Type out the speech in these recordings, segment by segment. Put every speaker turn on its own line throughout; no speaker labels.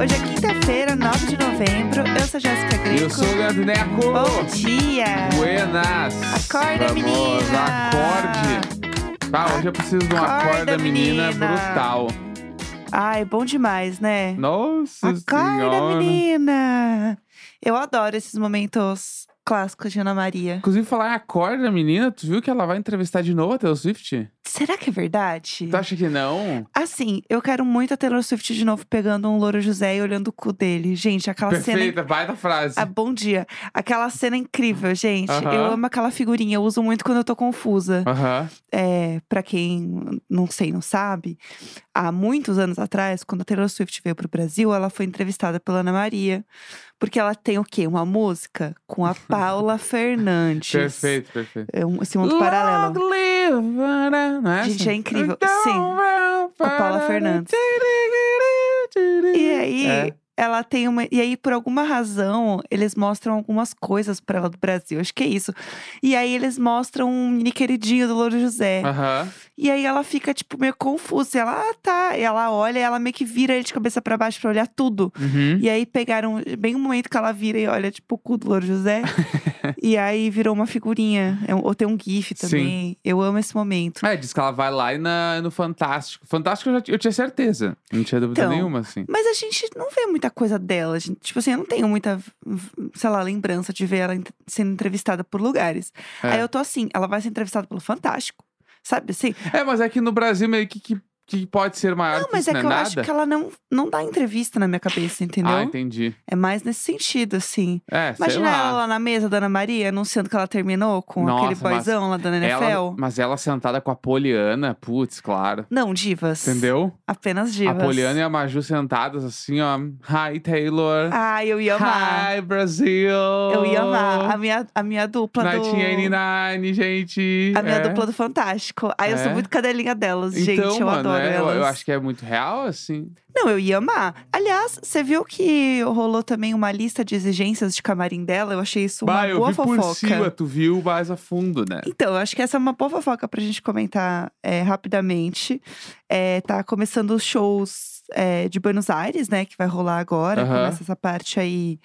Hoje é quinta-feira, 9 de novembro. Eu sou Jéssica Greco.
Eu sou o Leandro Neco.
Bom dia!
Buenas.
Acorda,
Famosa.
menina.
Acorde. Ah, hoje eu preciso de um
Acorda,
acorda, menina,
menina.
brutal.
Ai, bom demais, né?
Nossa
Acorda,
senhora.
menina! Eu adoro esses momentos clássicos de Ana Maria.
Inclusive, falar em acorda, menina, tu viu que ela vai entrevistar de novo a Taylor Swift?
Será que é verdade?
Tu acha que não?
Assim, eu quero muito a Taylor Swift de novo pegando um louro José e olhando o cu dele. Gente, aquela cena
Perfeita, baita frase.
Ah, bom dia. Aquela cena incrível, gente.
Aham.
Eu amo aquela figurinha, eu uso muito quando eu tô confusa.
Aham.
É, para quem não sei, não sabe, há muitos anos atrás, quando a Taylor Swift veio pro Brasil, ela foi entrevistada pela Ana Maria, porque ela tem o quê? Uma música com a Paula Fernandes.
Perfeito, perfeito.
É um, esse mundo paralelo.
Long live, para- não é
Gente,
essa?
é incrível.
Então,
Sim.
vamos
Paula
para-
Fernandes. E aí,
É.
ela tem uma. E aí, por alguma razão, eles mostram algumas coisas pra ela do Brasil. Acho que é isso. E aí, eles mostram um mini queridinho do Louro José.
Aham.
E aí, ela fica, tipo, meio confusa. E ela, ah, tá. E ela olha, e ela meio que vira ele de cabeça pra baixo pra olhar tudo.
Uhum.
E aí, pegaram bem o momento que ela vira e olha, tipo, o cu do Louro José. e aí, virou uma figurinha. É um- ou tem um GIF
Sim.
também. Eu amo esse momento.
É, diz que ela vai lá e na- no Fantástico. Fantástico eu, já, ti- eu tinha certeza. Não tinha dúvida
Então.
nenhuma, assim.
Mas a gente não vê muita coisa dela. a gente- tipo assim, eu não tenho muita, v- sei lá, lembrança de ver ela ent- sendo entrevistada por lugares.
É.
Aí eu tô assim, ela vai ser entrevistada pelo Fantástico. Sabe assim?
É, mas é que no Brasil meio que, que, que pode ser maior
Não,
que
mas
isso,
é
não
que
é
eu
nada.
acho que ela não, não dá entrevista na minha cabeça, entendeu?
Ah, entendi.
é mais nesse sentido, assim.
É, sei
Imagina
lá.
ela lá na mesa da Ana Maria, anunciando que ela terminou com aquele
Nossa, mas
boyzão lá da NFL.
Ela- mas ela sentada com a Poliana, putz, claro.
Não, divas.
Entendeu?
Apenas divas.
A Poliana e a Maju sentadas assim, ó. Hi, Taylor.
Ai, eu ia amar.
Hi, Brasil.
Eu ia amar. A minha, a minha dupla do...
Nightingale 9 gente.
A minha
é.
dupla do Fantástico. Aí eu
É.
sou muito cadelinha delas, gente.
Então,
eu
mano,
adoro
é, eu,
elas.
eu acho que é muito real, assim.
Não, eu ia amar. Aliás, você viu que rolou também uma lista de exigências de camarim dela? Eu achei isso é uma
bah, eu
boa
vi
fofoca.
por cima, tu viu mais a fundo, né?
Então, eu acho que essa é uma boa fofoca pra gente comentar é, rapidamente. É, tá começando os shows é, de Buenos Aires, né? Que vai rolar agora.
Aham.
Começa essa parte aí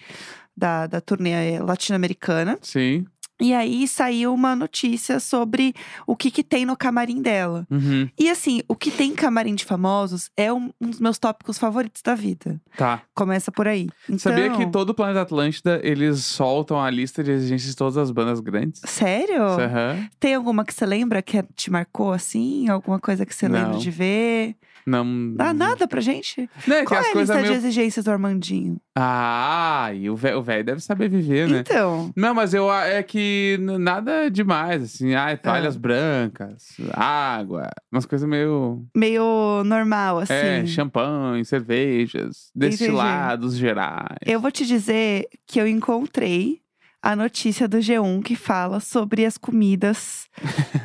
da, da turnê é, latino-americana.
Sim.
E aí saiu uma notícia sobre o que, que tem no camarim dela.
Uhum.
E assim, o que tem em camarim de famosos é um, um dos meus tópicos favoritos da vida.
Tá.
Começa por aí. Então,
Sabia que todo o planeta Atlântida eles soltam a lista de exigências de todas as bandas grandes?
Sério?
Aham.
Tem alguma que você lembra que é, te marcou assim? Alguma coisa que você lembra
Não.
de ver?
Não.
Ah, nada pra gente?
Não, é que
Qual
as
é a
coisas
lista
meio.
de exigências do Armandinho?
Ah, e o velho deve saber viver, né?
Então,
Não, mas eu a- é que n- nada demais, assim. Ah,
É.
toalhas brancas, água, umas coisas meio.
meio normal, assim.
É, champanhe, cervejas,
Entendi.
destilados gerais.
Eu vou te dizer que eu encontrei a notícia do G1 que fala sobre as comidas.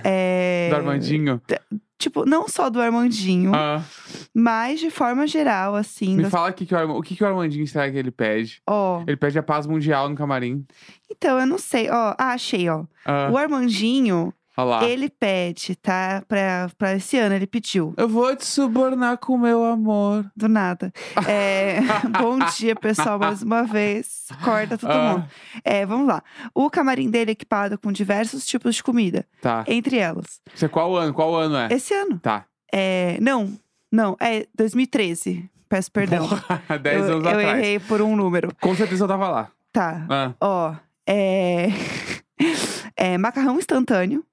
é,
Do Armandinho.
Tipo, não só do Armandinho,
Ah,
mas de forma geral, assim,
me
das
fala o que, que o, Arma- o que, que o Armandinho será que ele pede?
Ó,
Ele pede a paz mundial no camarim.
então eu não sei, ó, ah, achei, ó.
Ah,
O Armandinho,
olha lá.
ele pede, tá? Pra, pra esse ano, ele pediu,
Eu vou te subornar com meu amor.
do nada. É, bom dia, pessoal, mais uma vez. Acorda todo
Ah,
mundo. É, vamos lá. O camarim dele é equipado com diversos tipos de comida,
Tá.
entre elas.
Isso é qual ano? Qual ano é?
Esse ano.
Tá.
É, não, não, é 2013. Peço perdão.
Porra, 10
eu
anos
eu
atrás.
errei por um número.
Com certeza eu tava lá.
Tá.
Ah,
Ó, é. é macarrão instantâneo.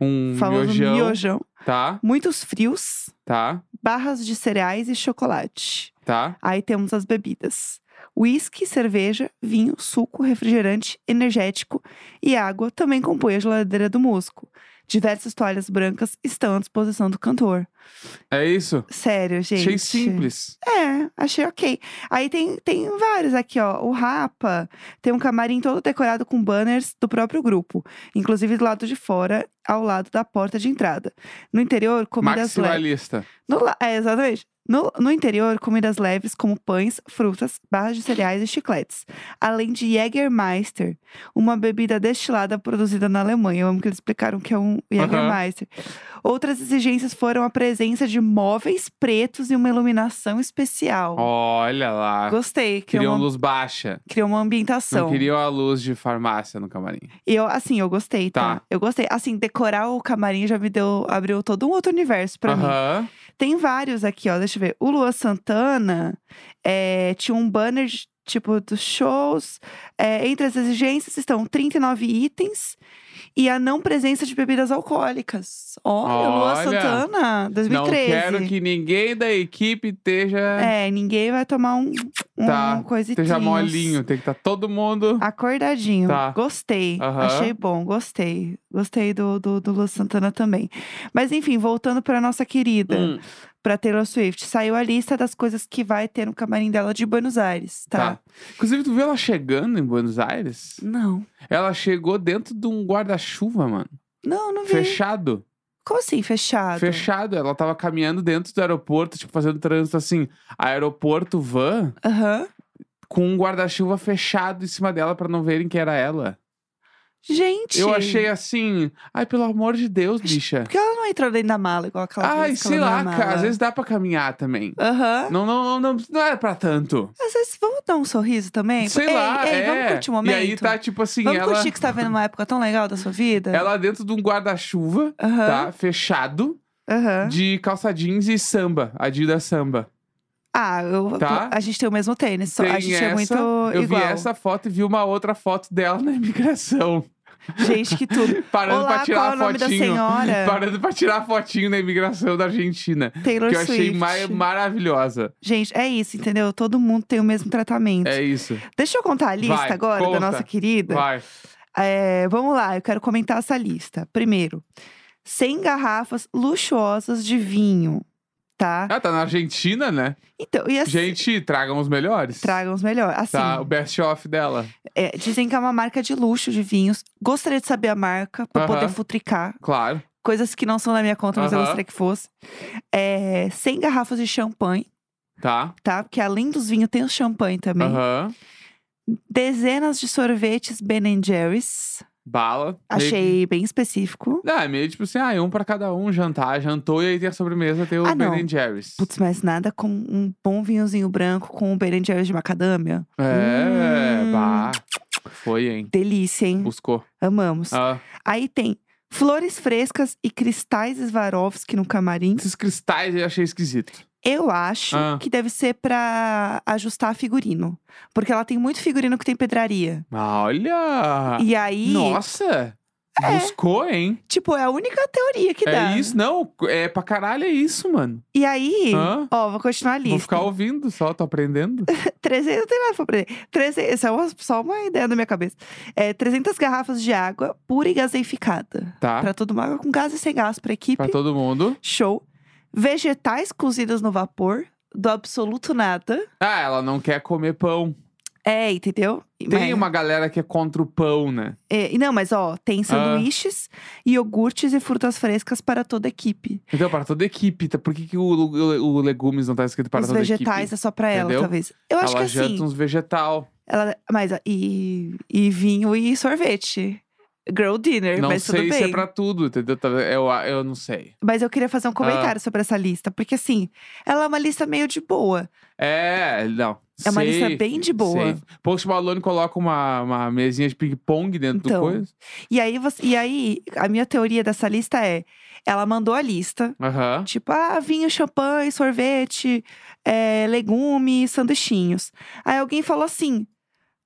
um
famoso
miojão.
miojão.
Tá,
Muitos frios,
tá,
barras de cereais e chocolate.
tá.
Aí temos as bebidas. Whisky, cerveja, vinho, suco, refrigerante, energético e água também compõem a geladeira do músico. Diversas toalhas brancas estão à disposição do cantor.
É isso.
Sério, gente.
Achei simples.
É, achei ok. Aí tem, tem vários aqui, ó. O Rapa tem um camarim todo decorado com banners do próprio grupo, inclusive do lado de fora, ao lado da porta de entrada. No interior, comidas leves.
Maximalista.
No la- é, exatamente. No, no interior, comidas leves como pães, frutas, barras de cereais e chicletes. Além de Jägermeister, uma bebida destilada produzida na Alemanha. Eu amo que eles explicaram que é um Jägermeister. Outras exigências foram a presença de móveis pretos e uma iluminação especial.
Olha lá.
Gostei, criou
Queriam
uma,
luz baixa.
criou uma ambientação.
um Não queriam a luz de farmácia no camarim.
E eu, assim, eu gostei, tá?
Tá.
Eu gostei. Assim, decorar o camarim já me deu, abriu todo um outro universo pra mim.
Aham.
Tem vários aqui, ó. Deixa eu ver. O Luan Santana é, tinha um banner, de- tipo, dos shows. É, entre as exigências estão 39 itens e a não presença de bebidas alcoólicas. Olha, Luan
Olha.
Santana, 2013.
Não quero que ninguém da equipe esteja,
É, ninguém vai tomar um, um
Tá,
coisa
esteja molinho. Tem que estar todo mundo.
um. Acordadinho.
Tá.
Gostei.
Aham.
Achei bom, gostei. Gostei do, do, do Lu Santana também. Mas enfim, voltando pra nossa querida, pra
Hum,
Taylor Swift, saiu a lista das coisas que vai ter no camarim dela de Buenos Aires, tá?
Inclusive, tu viu ela chegando em Buenos Aires?
Não.
Ela chegou dentro de um guarda-chuva, mano.
Não, não vi.
Fechado.
Como assim, fechado?
Fechado. Ela tava caminhando dentro do aeroporto, tipo, fazendo trânsito assim. Aeroporto van
Aham.
com um guarda-chuva fechado em cima dela pra não verem que era ela.
Gente.
Eu achei assim. Ai, pelo amor de Deus, bicha.
Por que ela não entrou dentro da mala igual aquela
Ai,
vez que
sei
ela é
lá,
abriu a
cara.
mala?
Às vezes dá pra caminhar também.
Aham.
Não, não, não, não, não era pra tanto.
Às vezes, vamos dar um sorriso também?
Sei
ei,
lá,
ei,
é.
vamos curtir o momento?
E aí tá tipo assim,
vamos
ela,
curtir que você tá vendo uma época tão legal da sua vida?
ela dentro de um guarda-chuva,
Aham.
tá? Fechado,
Aham.
de calça jeans e samba, Adidas samba.
Ah, eu,
Tá?
a gente tem o mesmo tênis, só a
Tem
gente
essa,
é muito
Eu
igual.
vi essa foto e vi uma outra foto dela na imigração.
Gente, que tudo.
Parando
Olá,
pra tirar
qual é o nome da
fotinho.
senhora?
Parando pra tirar fotinho na imigração da Argentina.
Taylor
que eu achei
Swift.
ma- maravilhosa.
Gente, é isso, entendeu? Todo mundo tem o mesmo tratamento.
É isso.
Deixa eu contar a lista
Vai,
agora
conta.
da nossa querida.
Vai.
É, vamos lá, eu quero comentar essa lista. Primeiro, 100 garrafas luxuosas de vinho, tá?
Ah, tá na Argentina, né?
Então, e assim,
Gente, tragam os melhores.
tragam os melhores. Assim,
Tá, o best-of dela.
é, dizem que é uma marca de luxo de vinhos. Gostaria de saber a marca pra
Aham.
poder futricar.
Claro.
Coisas que não são da minha conta, mas eu
Aham.
gostaria que fosse. É, 100 garrafas de champanhe,
Tá.
tá? Porque além dos vinhos, tem o champanhe também.
Aham.
Dezenas de sorvetes Ben Jerry's.
Bala. Meio...
Achei bem específico.
Não, é meio tipo assim, ah, é um pra cada um jantar. Jantou e aí tem a sobremesa, tem o
Ah, não.
Ben Jerry's.
Putz, mas nada com um bom vinhozinho branco com o Ben Jerry's de macadâmia.
É,
Hum.
bah. Foi, hein?
Delícia, hein?
Buscou.
Amamos.
Ah,
Aí tem flores frescas e cristais Swarovski no camarim.
esses cristais eu achei esquisito.
Eu acho
Ah.
que deve ser pra ajustar figurino. Porque ela tem muito figurino que tem pedraria.
Ah, Olha!
E aí,
Nossa!
É.
Buscou, hein?
tipo, é a única teoria que dá.
É isso? Não, é pra caralho, é isso, mano.
E aí,
Hã?
ó, vou continuar a lista.
Vou ficar ouvindo só, tô aprendendo.
300, não tem nada pra aprender. 300, essa é uma- só uma ideia da minha cabeça. É, 300 garrafas de água pura e gaseificada.
Tá?
Pra todo mundo, com gás e sem gás pra equipe.
Pra todo mundo.
Show. Vegetais cozidos no vapor, do absoluto nada.
Ah, ela não quer comer pão.
É, entendeu?
Tem
Mas-
uma Ah. galera que é contra o pão, né?
é, e não, mas ó, tem sanduíches, iogurtes e frutas frescas para toda a equipe.
Então, para toda a equipe. tá? Por que, que o, o- o legumes não tá escrito para
Os
toda a equipe?
vegetais é só pra ela,
entendeu?
talvez. Eu acho
ela
que
janta um-
assim.
uns vegetal.
Ela, mas, ó, e, e vinho e sorvete. Girl dinner,
não
mas tudo
sei
bem.
se é pra tudo, entendeu? Tá- Eu, eu não sei.
Mas eu queria fazer um
Ah.
comentário sobre essa lista, porque assim, ela é uma lista meio de boa.
É, não.
É uma lista
Safe,
bem de boa.
safe. Post Malone coloca uma, uma mesinha de ping-pong dentro
Então.
do coisa.
E aí, você, e aí, a minha teoria dessa lista é: ela mandou a lista,
Aham.
tipo, ah, vinho, champanhe, sorvete, é, legumes, sanduichinhos. Aí alguém falou assim.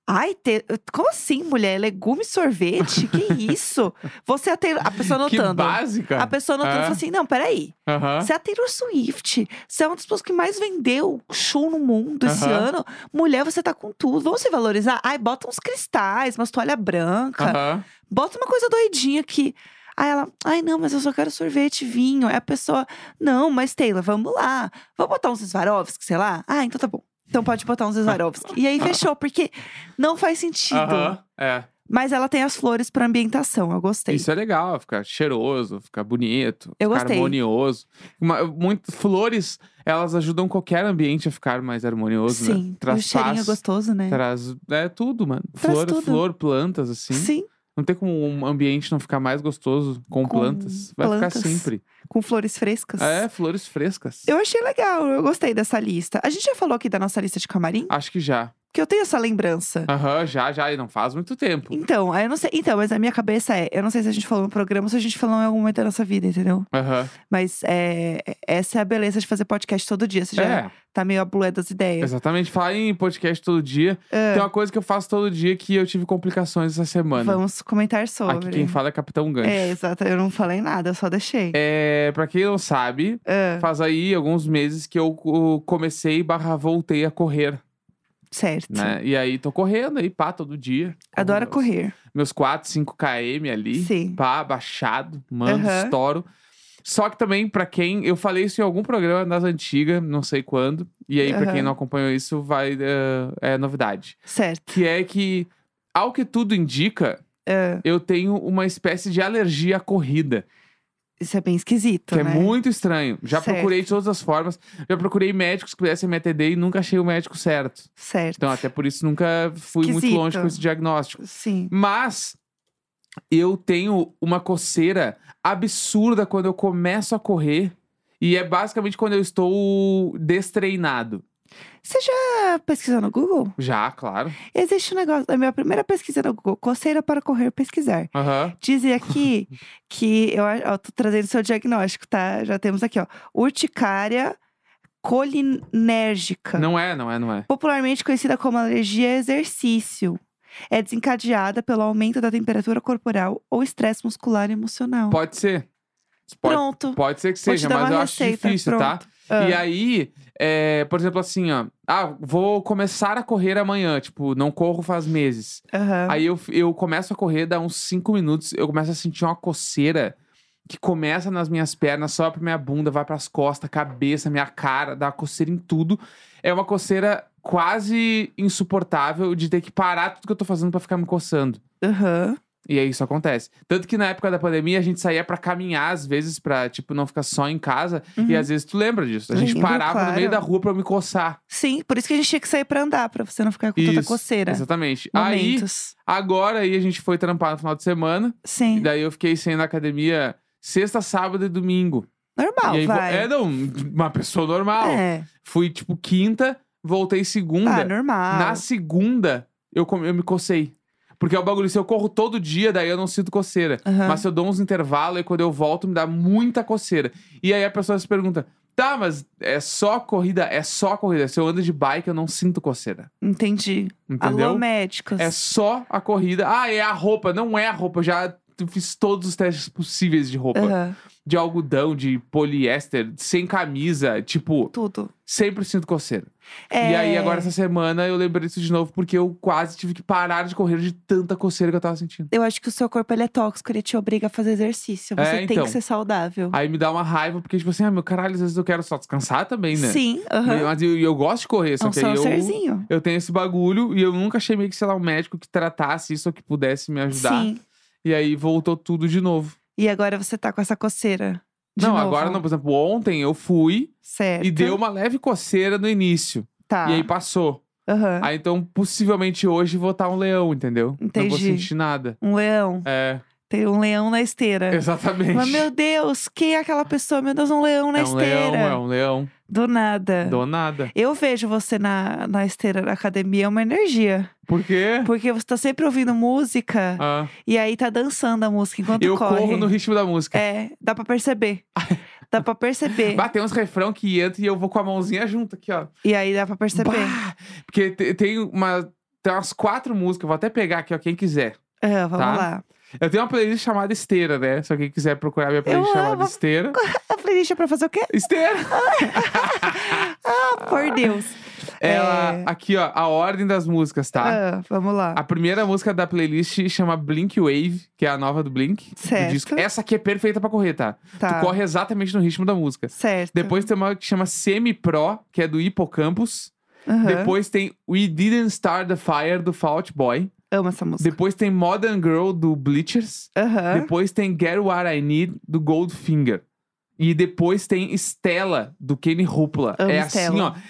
Ai, te- como assim, mulher? Legume, sorvete? Que isso? Você é a Taylor- A pessoa
Que
anotando.
básica.
A pessoa anotando
É.
falou assim: não, peraí.
Aham.
Você é a Taylor Swift. Você é uma das pessoas que mais vendeu show no mundo esse
Aham.
ano. Mulher, você tá com tudo. Vamos se valorizar? Ai, bota uns cristais, umas toalha branca.
Aham.
Bota uma coisa doidinha aqui. Aí ela, ai não, mas eu só quero sorvete e vinho. Aí a pessoa, não, mas Taylor, vamos lá. Vamos botar uns Swarovski, sei lá? Ah, então tá bom. Então pode botar uns Swarovski. e aí fechou, porque não faz sentido.
Aham. É.
Mas ela tem as flores pra ambientação, eu gostei.
Isso é legal, fica cheiroso, fica bonito,
Eu
fica
gostei.
harmonioso. Uma, muito, flores, elas ajudam qualquer ambiente a ficar mais harmonioso, né?
Sim, e o
Traz
cheirinho é
paz,
gostoso, né?
Traz é tudo, mano.
Traz
flor,
tudo.
flor, plantas assim.
Sim.
Não tem como um ambiente não ficar mais gostoso com,
Com
plantas. Vai
plantas.
ficar sempre.
com flores frescas.
É, flores frescas.
Eu achei legal, eu gostei dessa lista. A gente já falou aqui da nossa lista de camarim?
Acho que já.
Que eu tenho essa lembrança.
Aham, já, já. E não faz muito tempo.
Então, aí eu não sei. Então, mas a minha cabeça é. Eu não sei se a gente falou no programa ou se a gente falou em algum momento da nossa vida, entendeu?
Aham.
Mas é, essa é a beleza de fazer podcast todo dia. Você já
É,
tá meio a bulé das ideias.
exatamente. Falar em podcast todo dia.
Ah,
Tem uma coisa que eu faço todo dia que eu tive complicações essa semana.
vamos comentar
Aqui
sobre.
quem fala é Capitão Gancho.
é, exato. Eu não falei nada, eu só deixei.
É, pra quem não sabe,
Ah,
faz aí alguns meses que eu co- comecei barra voltei a correr,
certo.
né? E aí tô correndo aí, pá, todo dia.
Adoro
Meus-
correr.
Meus 4, 5 km ali.
Sim.
Pá, baixado, mando,
Aham.
estouro. Só que também, pra quem. Eu falei isso em algum programa das antigas, não sei quando. E aí, pra quem
Aham.
não acompanhou isso, vai. eh, é novidade.
Certo.
Que é que, ao que tudo indica,
Ah,
eu tenho uma espécie de alergia à corrida.
isso é bem esquisito,
Que é
né?
muito estranho. Já
Certo.
procurei de todas as formas. Já procurei médicos que pudessem me atender e nunca achei o médico certo.
Certo.
Então, até por isso, nunca fui muito
Esquisito.
longe com esse diagnóstico.
Sim.
Mas eu tenho uma coceira absurda quando eu começo a correr. E é basicamente quando eu estou destreinado.
Você já pesquisou no Google?
Já, claro.
Existe um negócio. A minha primeira pesquisa no Google, coceira para correr pesquisar.
Aham.
Dizem aqui que. Eu a- ó, tô trazendo seu diagnóstico, tá? Já temos aqui, ó. Urticária colinérgica.
Não é, não é, não é.
Popularmente conhecida como alergia a exercício. É desencadeada pelo aumento da temperatura corporal ou estresse muscular e emocional.
Pode ser. Pode,
Pronto.
pode ser que
Vou te
seja,
dar
mas
uma
eu
receita,
acho difícil, tá?
pronto. Ah,
E aí, é, por exemplo, assim, ó. Ah, vou começar a correr amanhã. Tipo, não corro faz meses.
aham.
Aí eu, eu começo a correr, dá uns 5 minutos, eu começo a sentir uma coceira que começa nas minhas pernas, sobe pra minha bunda, vai pras costas, cabeça, minha cara, dá uma coceira em tudo. É uma coceira quase insuportável de ter que parar tudo que eu tô fazendo pra ficar me coçando.
aham.
E aí isso acontece. Tanto que na época da pandemia a gente saía pra caminhar às vezes pra, tipo, não ficar só em casa. E
Uhum.
às vezes tu lembra disso. A gente
Lembro,
parava no meio
claro.
da rua pra eu me coçar.
Sim, por isso que a gente tinha que sair pra andar, pra você não ficar com tanta
Isso,
coceira.
Exatamente. Aí,
Momentos.
agora aí a gente foi trampar no final de semana. E
Sim.
daí eu fiquei sem ir na academia sexta, sábado e domingo.
Normal,
e aí, vo-
vai.
É, não, uma pessoa normal.
É.
Fui, tipo, quinta, voltei segunda.
Ah, normal.
na segunda, eu, come- eu me cocei. Porque é o bagulho, se eu corro todo dia, daí eu não sinto coceira.
Aham.
Mas se eu dou uns intervalos e quando eu volto, me dá muita coceira. E aí a pessoa se pergunta: tá, mas é só corrida, é só corrida. Se eu ando de bike, eu não sinto coceira.
Entendi.
Entendeu?
Alô, médicos.
É só a corrida. Ah, é a roupa. Não é a roupa. Eu já fiz todos os testes possíveis de roupa.
Aham,
De algodão, de poliéster, sem camisa. Tipo,
Tudo.
sempre sinto coceira.
É...
E aí, agora essa semana, eu lembrei disso de novo. Porque eu quase tive que parar de correr de tanta coceira que eu tava sentindo.
Eu acho que o seu corpo ele é tóxico, ele te obriga a fazer exercício. Você
É,
tem
então.
que ser saudável.
Aí me dá uma raiva, porque tipo assim, ah, meu caralho, às vezes eu quero só descansar também, né?
Sim, aham.
Mas eu, eu gosto de correr,
É
só
um
que aí eu...
serzinho.
Eu tenho esse bagulho e eu nunca achei meio que, sei lá, um médico que tratasse isso ou que pudesse me ajudar.
Sim.
E aí voltou tudo de novo.
E agora você tá com essa coceira. De
não,
novo.
agora não. Por exemplo, ontem eu fui
Certo.
e deu uma leve coceira no início.
Tá.
E aí passou.
Aham.
Aí então, possivelmente hoje vou estar um leão, entendeu? Não vou
Entendi.
sentir nada.
Um leão.
É,
Tem um leão na esteira.
exatamente.
Mas, meu Deus, quem é aquela pessoa? Meu Deus, um leão na
é um
esteira.
leão, é um leão.
Do nada.
Do nada.
Eu vejo você na, na esteira da academia, é uma energia.
Por quê?
Porque você tá sempre ouvindo música
Ah,
e aí tá dançando a música enquanto
eu
corre.
corro no ritmo da música.
É, dá pra perceber. dá pra perceber.
Bah, tem uns refrão que entra e eu vou com a mãozinha junto aqui, ó.
E aí dá pra perceber.
Bah! Porque te- tem uma. Tem umas quatro músicas, eu vou até pegar aqui, ó, quem quiser.
Ah, vamos
Tá.
lá.
Eu tenho uma playlist chamada Esteira, né? Se alguém quiser procurar minha playlist chamada
amo.
Esteira.
A playlist é pra fazer o quê?
Esteira!
Ah, por Deus.
Ela,
É.
aqui ó, a ordem das músicas, tá?
Ah, vamos lá.
A primeira música da playlist chama Blink Wave, que é a nova do Blink. do
Certo.
disco. Essa aqui é perfeita pra correr, tá?
tá.
Tu corre exatamente no ritmo da música.
Certo.
Depois tem uma que chama Semi Pro, que é do Hippocampus.
Aham.
Depois tem We Didn't Start the Fire, do Fall Out Boy.
Amo essa música.
Depois tem Modern Girl, do Bleachers.
Aham.
Depois tem Get What I Need, do Goldfinger. E depois tem Stella, do Kenny Rupla.
Amo
é assim,
Stella.
ó.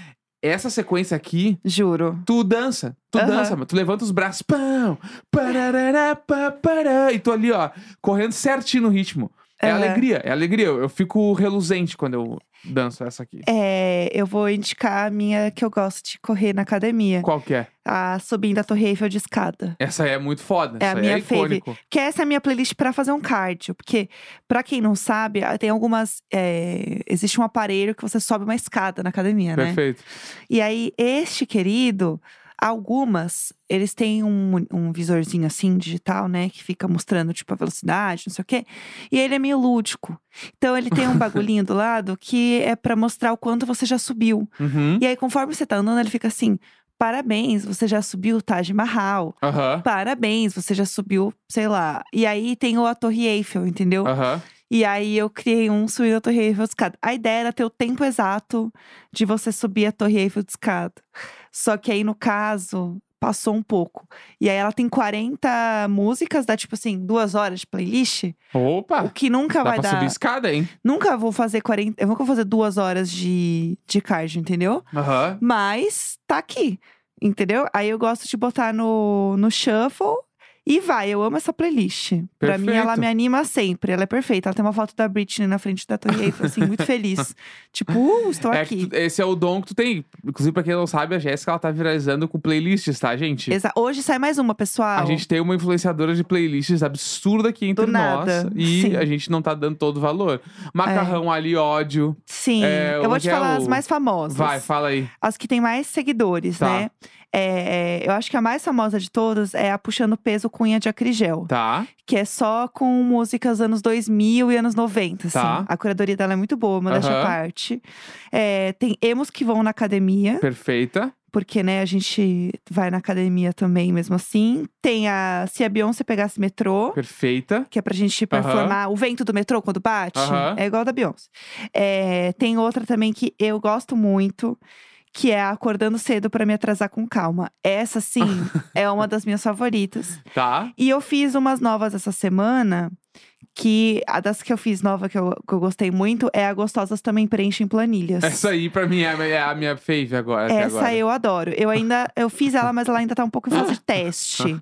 Essa sequência aqui,
Juro.
tu dança. Tu
Aham.
dança, mano. Tu levanta os braços. Pão, parará, pá, pará, e tu ali, ó, correndo certinho no ritmo. É
Aham.
alegria, é alegria. Eu, eu fico reluzente quando eu danço essa aqui.
É, eu vou indicar a minha que eu gosto de correr na academia.
Qual que é?
A subindo a Torre Eiffel de escada.
Essa é muito foda.
É a
essa
minha
é icônico.
Que essa é a minha playlist pra fazer um cardio. Porque, pra quem não sabe, ah, tem algumas. é, existe um aparelho que você sobe uma escada na academia, né?
Perfeito.
E aí, este querido, algumas, eles têm um, um visorzinho assim, digital, né? Que fica mostrando, tipo, a velocidade, não sei o quê. E ele é meio lúdico. Então, ele tem um bagulhinho do lado que é pra mostrar o quanto você já subiu.
Uhum.
E aí, conforme você tá andando, ele fica assim: parabéns, você já subiu o Taj Mahal.
Aham.
Parabéns, você já subiu, sei lá. E aí tem o a Torre Eiffel, entendeu?
Aham.
E aí eu criei um subir a Torre Eiffel de escada. A ideia era ter o tempo exato de você subir a Torre Eiffel de escada. Só que aí, no caso, passou um pouco. E aí ela tem 40 músicas, dá tipo assim, duas horas de playlist.
Opa!
o que nunca
Ah, Dá
vai
pra
dar.
subir escada, hein?
Nunca vou fazer 40. Eu nunca vou fazer duas horas de, de cardio, entendeu?
Aham.
Mas tá aqui. Entendeu? Aí eu gosto de botar no, no shuffle. E vai, eu amo essa playlist. Pra mim, ela
Perfeito.
me anima sempre. Ela é perfeita. Ela tem uma foto da Britney na frente da Torre Eiffel, assim, muito feliz. Tipo, uh, estou
É que
aqui.
tu- esse é o dom que tu tem. Inclusive, pra quem não sabe, a Jéssica ela tá viralizando com playlists, tá, gente?
Exa- Hoje sai mais uma, pessoal.
A gente tem uma influenciadora de playlists absurda aqui entre
nada,
nós. E
sim. É.
a gente não tá dando todo o valor. Macarrão ali, ódio.
Sim.
É,
eu vou
onde
te
é
falar
o-
as mais famosas.
Vai, fala aí.
As que têm mais seguidores,
Tá.
né? É, eu acho que a mais famosa de todas é a Puxando Peso Cunha de Acrigel.
Tá.
que é só com músicas anos 2000 e anos 90, assim.
Tá.
A curadoria dela é muito boa, uma dessa
Aham.
parte. É, tem emos que vão na academia,
Perfeita.
porque, né, a gente vai na academia também, mesmo assim. Tem a Se a Beyoncé Pegasse Metrô,
Perfeita.
que é pra gente performar o vento do metrô quando bate.
Aham.
É igual a da Beyoncé. É, tem outra também que eu gosto muito. Que é a acordando cedo pra me atrasar com calma. Essa, sim, é uma das minhas favoritas.
Tá.
E eu fiz umas novas essa semana. Que a das que eu fiz nova, que eu, que eu gostei muito, é a Gostosas Também Preenchem Planilhas.
Essa aí, pra mim, é a- é a minha fave agora. até
Essa
agora.
eu adoro. Eu ainda eu fiz ela, mas ela ainda tá um pouco em fase de teste.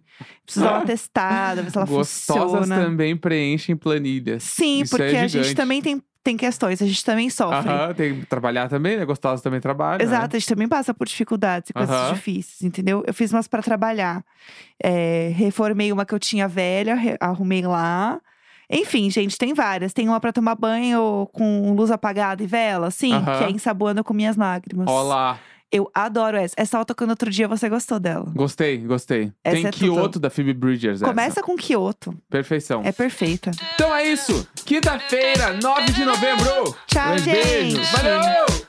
Preciso dar uma testada, ver se ela
Gostosas
funciona.
também preenchem planilhas.
Sim,
Isso é
porque a gente
gigante.
também tem, tem questões, a gente também sofre.
Aham, tem que trabalhar também, né? Gostosas também trabalham. né?
Exato, a gente também passa por dificuldades e coisas
Aham.
difíceis, entendeu? Eu fiz umas pra trabalhar. É, reformei uma que eu tinha velha, re- arrumei lá. Enfim, gente, tem várias. Tem uma pra tomar banho com luz apagada e vela, assim, que
Aham.
é ensaboando com minhas lágrimas.
Olá.
Eu adoro essa. Essa eu tocando outro dia, você gostou dela.
Gostei, gostei.
Essa
Tem
é tudo.
Kyoto da Phoebe Bridgers. essa.
Começa com Kyoto.
Perfeição.
É perfeita.
Então é isso. Quinta-feira, 9 de novembro.
Tchau,
um Beijo.
gente.
Valeu!